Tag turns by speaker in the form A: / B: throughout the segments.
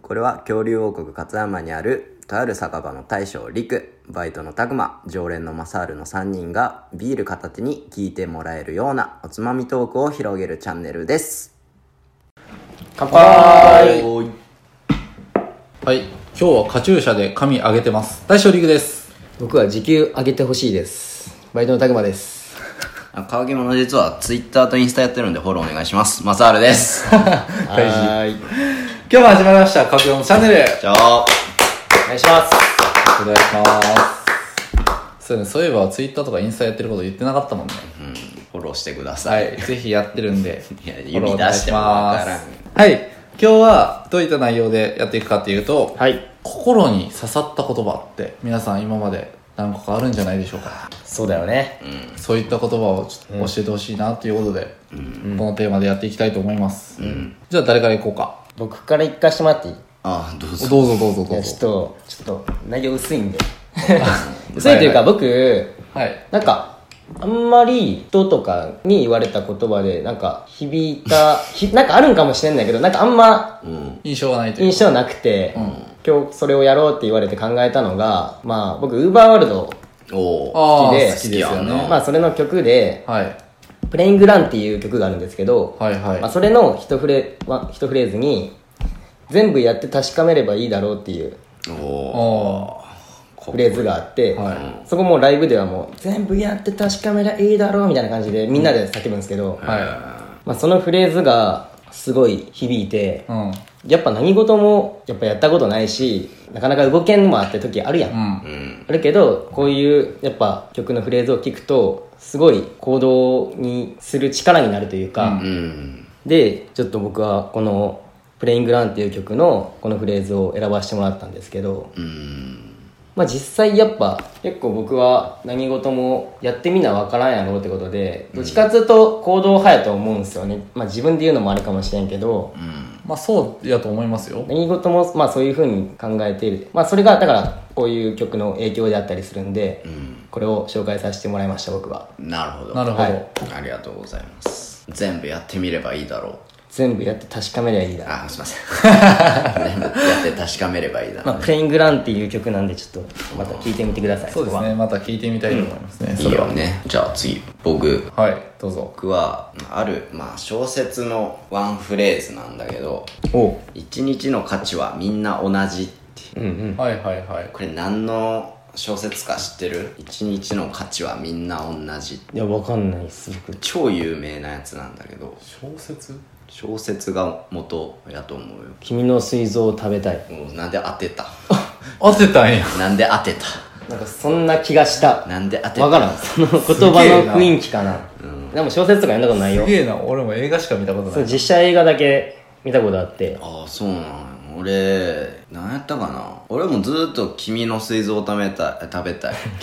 A: これは恐竜王国勝山にあるとある酒場の大将陸バイトの拓磨常連のマサールの3人がビール片手に聞いてもらえるようなおつまみトークを広げるチャンネルです乾杯
B: はい。今日はカチューシャで髪上げてます。大将陸です。
C: 僕は時給上げてほしいですバイトのたくまです
A: あ川木もの実はツイッターとインスタやってるんでフォローお願いしますマサール です
C: はい
B: 今日も始まりました。カクヨンのチャンネル。
A: じゃあ
C: お願いします
B: お願いします。そうね、そういえばツイッターとかインスタやってること言ってなかったもんね。
A: フォローしてくださ、
B: はい い。ぜひやってるんで。
A: いや
B: フォロー
A: 指出してもわからん
B: お願いしますはい。今日はどういった内容でやっていくかっていうと、
C: はい
B: 心に刺さった言葉って皆さん今まで何個かあるんじゃないでしょうか。
C: そうだよね
B: そういった言葉をちょっと教えてほしいなということで、このテーマでやっていきたいと思います。じゃあ誰からいこうか。
C: 僕から行かしてもらっていい
A: あどうぞ
B: どうぞどうぞ
C: い
B: どう
C: やちょ
B: ぞ。
C: っとちょっと内容薄い んで薄いというか僕
B: はい。
C: なんかあんまり人とかに言われた言葉でなんか響いた ひなんかあるんかもしれないけどなんかあんま
A: うん
B: 印象がないという
C: 印象なくて、
B: ん
C: 今日それをやろうって言われて考えたのがまあ僕ウーバーワールド
A: おお
B: あ
C: 好きで
B: ー好きですよね。
C: まあそれの曲で
B: はい。
C: 「プレイングラン」っていう曲があるんですけど、
B: はいはい
C: まあ、それの一フレは一フレーズに全部やって確かめればいいだろうっていう
A: おお
B: あ
C: フレーズがあって、
B: は
C: そこもうライブではもう全部やって確かめりゃいいだろうみたいな感じでみんなで叫ぶんですけど、
B: あ。は
C: まあ、そのフレーズがすごい響いて
B: い。うん。
C: やっぱ何事もやっぱやったことないしなかなか動けんのもあって時あるやん
B: うん。
A: うん
C: あるけどこういうやっぱ曲のフレーズを聞くとすごい行動にする力になるというか、
A: うん
C: でちょっと僕はこの「プレイングラン」っていう曲のこのフレーズを選ばせてもらったんですけど、
A: うん
C: まあ、実際やっぱ結構僕は何事もやってみな分からんやろうってことでどっちかっていうと行動派やと思うんですよね、まあ、自分で言うのもあれかもしれんけど
A: うん
B: まあそうやと思いますよ。
C: 何事もまあそういうふうに考えている、まあ、それがだからこういう曲の影響であったりするんで
A: うん
C: これを紹介させてもらいました僕は
A: なるほど
B: なるほど。
C: はい
A: ありがとうございます全部やってみればいいだろう
C: 全部やって確かめりゃいいだろう
A: あすい ません全部やって確かめればいいだろ
C: まあ、プレイングランっていう曲なんでちょっとまた聴いてみてください
B: そうです
C: ここは
B: ね。また聞いてみたいと思いますね。
A: うい
B: そ
A: い
B: れは
A: よねじゃあ次僕
B: はい。どうぞ。
A: 僕はある、まあ、小説のワンフレーズなんだけど
C: お
A: 「一日の価値はみんな同じ」って
C: うんうん
B: はいはいはい。
A: これ何の小説か知ってる一日の価値はみんな同じ
C: いやわかんないっす僕
A: 超有名なやつなんだけど
B: 小説
A: 小説が元やと思うよ
C: 君の膵臓を食べたい
A: もうなんで当てた
B: 合ってたんや。
A: なんで当て
C: なんかそんな気がした
A: たなんで当てた
C: わからんその言葉の雰囲気かなでも小説とか読んだことない
B: す
C: よ
B: げえな。俺も映画しか見たこと
C: そ
B: な
C: う
B: い。
C: 実写映画だけ見たことあって
A: ああそうなんや俺何やったかな俺もずっと君の水臓を食べたい食べたい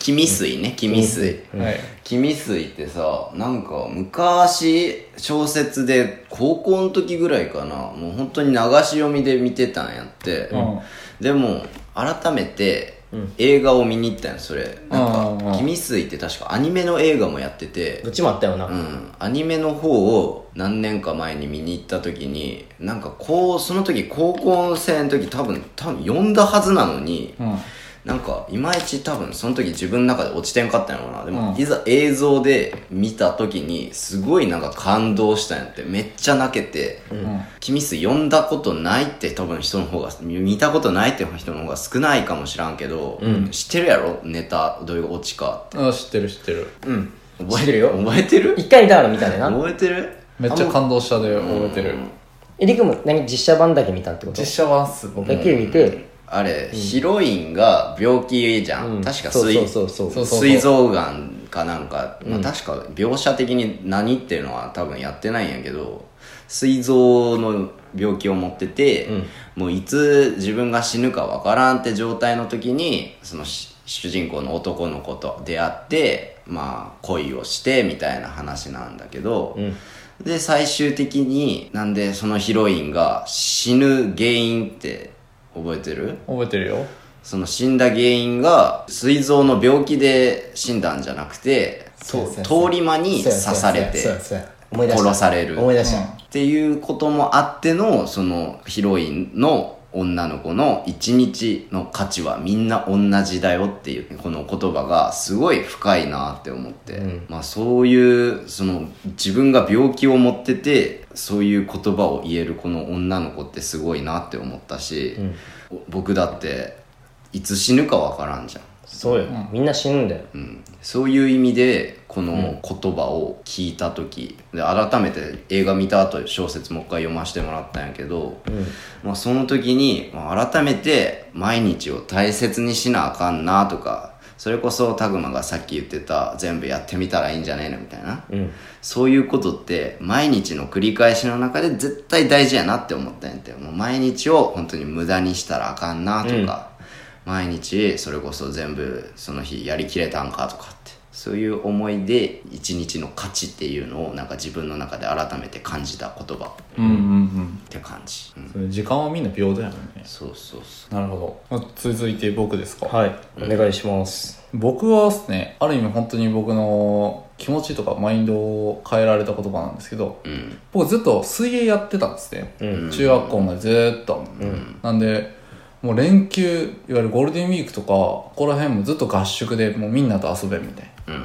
A: 君水ね君水
B: はい。
A: 君水ってさなんか昔小説で高校の時ぐらいかなもう本当に流し読みで見てたんやって、
B: うん
A: でも改めて映画を見に行ったんよそれなん
B: うんうんう
A: か
B: ん
A: 君水って確かアニメの映画もやってて
C: どっちもあったよな、
A: うん、アニメの方を何年か前に見に行った時になんかこうその時高校生の時多分多分呼んだはずなのに、
B: うん。
A: なんかいまいち多分その時自分の中で落ちてんかったんやろうなでも、
B: うん
A: いざ映像で見た時にすごいなんか感動したんやってめっちゃ泣けて「
B: うん。
A: 君す呼んだことない」って多分人の方が見たことないって人の方が少ないかもしらんけど、
C: うん
A: 知ってるやろネタどういうオチか
B: うん、知ってる知ってる。
C: うん
A: 覚え
C: 知ってるよ
A: 覚えてる
C: 一回だから見たねな
A: 覚えてる
B: めっちゃ感動したで覚えてる。
C: えりくも何実写版だけ見たってこと
B: 実写はっす、僕
C: だ。け見て
A: あれ、ヒロインが病気じゃん、
C: うん
A: 確か
C: そう
A: 水
C: そうそう
B: そ
C: そうう
A: 膵臓がんかなんか、まあ、確か描写的に何っていうのは多分やってないんやけど膵臓の病気を持ってて、もういつ自分が死ぬかわからんって状態の時にそのし主人公の男の子と出会ってまあ恋をしてみたいな話なんだけど、
C: ん
A: で最終的になんでそのヒロインが死ぬ原因って覚えてる
B: 覚えてるよ。
A: その死んだ原因が膵臓の病気で死んだんじゃなくて
C: そうそう
A: 通り魔に刺されて
C: そうやそうやそうや思い出した
A: 殺される
C: 思い出した、
A: っていうこともあってのそのヒロインの女の子の一日の価値はみんな同じだよっていうこの言葉がすごい深いなって思って、
C: うん
A: まあそういうその自分が病気を持っててそういう言葉を言えるこの女の子ってすごいなって思ったし、
C: うん
A: 僕だっていつ死ぬかわからんじゃん、
C: そうよ、みんな死ぬんだよ
A: うん、そういう意味でこの言葉を聞いた時で改めて映画見た後小説もう一回読ませてもらったんやけど、まあ、その時にまあ改めて毎日を大切にしなあかんなとかそれこそタグマがさっき言ってた全部やってみたらいいんじゃねえのみたいな、
C: うん
A: そういうことって毎日の繰り返しの中で絶対大事やなって思ったんやってもう毎日を本当に無駄にしたらあかんなとか、毎日それこそ全部その日やりきれたんかとかってそういう思いで一日の価値っていうのをなんか自分の中で改めて感じた言葉っ
B: うんうんうん
A: て感じ、うん、
B: それ時間はみんな平等やもんね
A: そうそうそ
B: なるほどまあ続いて僕ですか
C: はいお願いします
B: 僕はですねある意味本当に僕の気持ちとかマインドを変えられた言葉なんですけど
A: ううん
B: 僕ずっと水泳やってたんですね、
C: うん
B: 中学校までずーっと、なんでもう連休いわゆるゴールデンウィークとかここら辺もずっと合宿でもうみんなと遊べみたいな
A: うん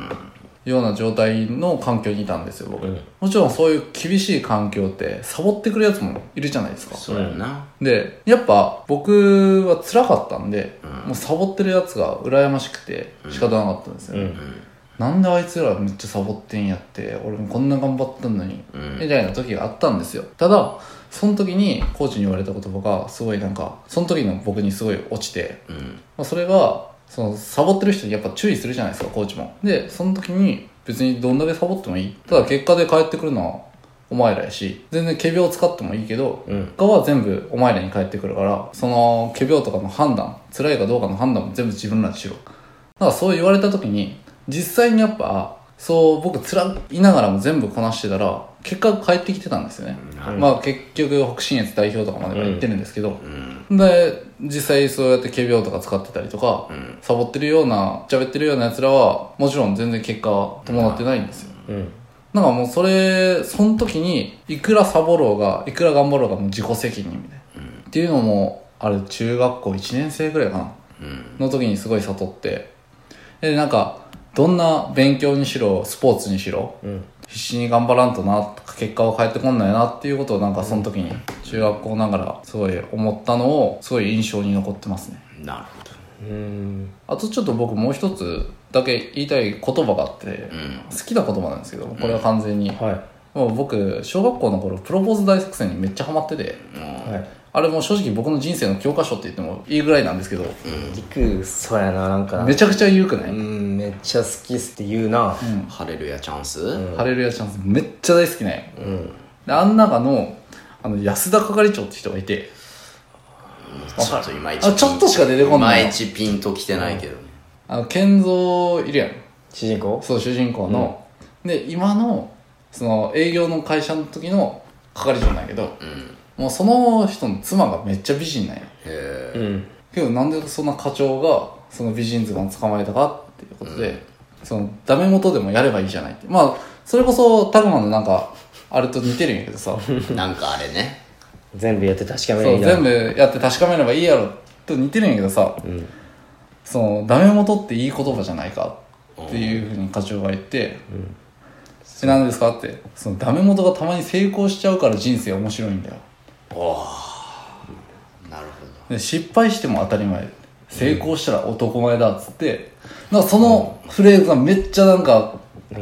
B: ような状態の環境にいたんですよ僕、
C: うん
B: もちろんそういう厳しい環境ってサボってくるやつもいるじゃないですか
A: そうやな
B: でやっぱ僕は辛かったんで、もうサボってるやつが羨ましくて仕方なかったんですよ、
C: う
B: ね
C: ん
B: なんであいつらめっちゃサボってんやって俺もこんな頑張ったのに、
A: うん
B: みたいな時があったんですよただその時にコーチに言われた言葉がすごいなんかその時の僕にすごい落ちて、
A: うん
B: まあ、それがそのサボってる人にやっぱ注意するじゃないですかコーチもでその時に別にどんだけサボってもいいただ結果で返ってくるのはお前らやし全然仮病使ってもいいけど、
C: うん
B: 結果は全部お前らに返ってくるからその仮病とかの判断辛いかどうかの判断も全部自分らでしろだからそう言われた時に実際にやっぱそう僕辛いながらも全部こなしてたら結果返ってきてたんですよね、まあ結局北信越代表とかまでは行ってるんですけど、
A: うん
B: で実際そうやって仮病とか使ってたりとか、
A: ん
B: サボってるような喋ってるようなやつらはもちろん全然結果は伴ってないんですよ、
C: うん
B: なんかもうそれその時にいくらサボろうがいくら頑張ろうがもう自己責任みたいな、っていうのもあれ中学校1年生ぐらいかな
A: うん
B: の時にすごい悟ってでなんかどんな勉強にしろスポーツにしろ
C: うん
B: 必死に頑張らんとな結果は返ってこんないなっていうことをなんかその時に中学校ながらすごい思ったのをすごい印象に残ってますね
A: なるほど
C: うん
B: あとちょっと僕もう一つだけ言いたい言葉があって
A: うん
B: 好きな言葉なんですけどこれは完全に
C: は
B: もう僕小学校の頃プロポーズ大作戦にめっちゃハマってて
C: いはい
B: あれもう正直僕の人生の教科書って言ってもいいぐらいなんですけど
C: 陸そうやななんか
B: めちゃくちゃ緩くな
C: う
B: い、
C: んめっちゃ好きっすって言うな
A: ハレルヤチャンス、
B: ハレルヤチャンスめっちゃ大好きね
C: うん
B: であん中のあの安田係長って人がいて
A: ちょっといまいち
B: あちょっとしか出てこんない
A: いまいちピンときてないけどね、
B: あの健三いるやん
C: 主人公
B: そう主人公の、で今のその営業の会社の時の係長なんやけど
A: うん
B: もうその人の妻がめっちゃ美人なんや
A: へ
C: う
A: え
C: ん
B: けどなんでそんな課長がその美人妻を捕まえたかっていうことで、
A: うん
B: そのダメ元でもやればいいじゃないってまあそれこそタグマのなんかあれと似てるんやけどさそう
A: なんかあれね
C: 全部やって確かめりゃいいな
B: 全部やって確かめればいいやろと似てるんやけどさ、
C: ん
B: そのダメ元っていい言葉じゃないかっていうふうに課長が言って「え何ですか?」ってそのダメ元がたまに成功しちゃうから人生面白いんだよ
A: なる
B: で失敗しても当たり前成功したら男前だっつって、なんかそのフレーズがめっちゃなんか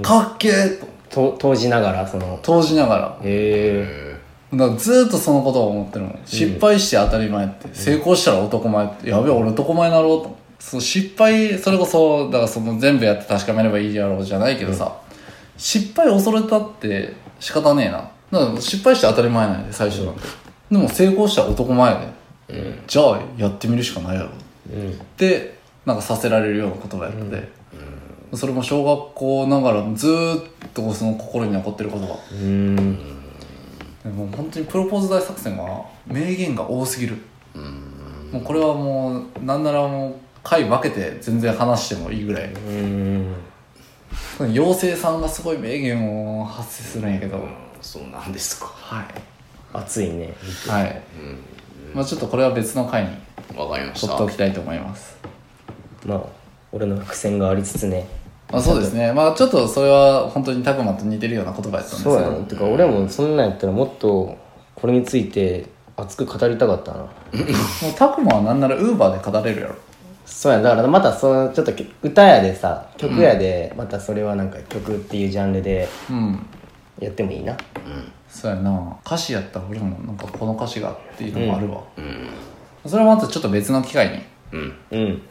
B: かっけえと
C: と投じながらその
B: 投じながら
C: へえ
B: だからずっとそのことを思ってるの失敗して当たり前って、成功したら男前ってやべえ俺男前になろうとそう失敗それこそだからその全部やって確かめればいいやろうじゃないけどさ、失敗恐れたって仕方ねえなだから失敗して当たり前なんで最初なんて、でも成功したら男前で、じゃあやってみるしかないやろ
C: うん
B: ってなんかさせられるような言葉やって、それも小学校ながらずーっとその心に残ってる言葉
C: うん
B: でもう本当にプロポーズ大作戦は名言が多すぎる
A: ほどうん
B: もうこれはもうなんならもう回分けて全然話してもいいぐらい
C: うん
B: 妖精さんがすごい名言を発生するんやけど
A: そうなんですか
B: はい、
C: 熱いね
B: はいまあ、ちょっとこれは別の回に
A: わかりまし
B: 取
A: た
B: っておきたいと思います
C: まあ俺の伏線がありつつね
B: まあ、そうですねまあちょっとそれは本当にタクマと似てるような言葉やったんですけ
C: そうや
B: ど
C: なてか俺もそんなんやったらもっとこれについて熱く語りたかったな
B: もうタクマはなんならウーバーで語れるやろ
C: そうやだからまたそのちょっとけ歌やでさ曲やで、またそれはなんか曲っていうジャンルで
B: うん
C: やってもいいな
B: そうやな歌詞やったら俺もなんかこの歌詞がっていうのもあるわ、
A: うん
B: それはまたちょっと別の機会に
A: うん
C: うん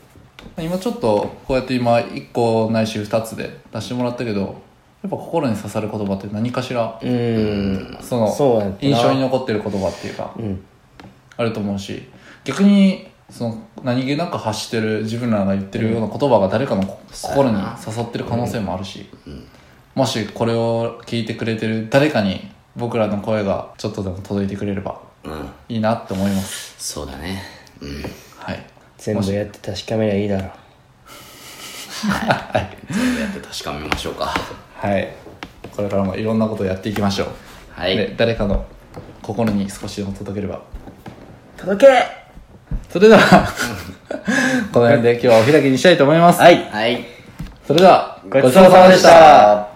B: 今ちょっとこうやって今1個ないし2つで出してもらったけどやっぱ心に刺さる言葉って何かしら
C: うーん
B: その
C: そうやったな
B: 印象に残ってる言葉っていうか
C: うん
B: あると思うし逆にその何気なく発してる自分らが言ってるような言葉が誰かのこ心に刺さってる可能性もあるし、もしこれを聞いてくれてる誰かに僕らの声がちょっとでも届いてくれれば
A: うん
B: いいなって思います
A: そうだねうん
B: はい
C: 全部やって確かめりゃいいだろう
A: 全部やって確かめましょうか
B: はいこれからもいろんなことをやっていきましょう
A: はい
B: で誰かの心に少しでも届ければ
C: 届け
B: それではこの辺で今日はお開きにしたいと思います、
C: はい
A: はい
B: それでは
C: ごちそうさまでした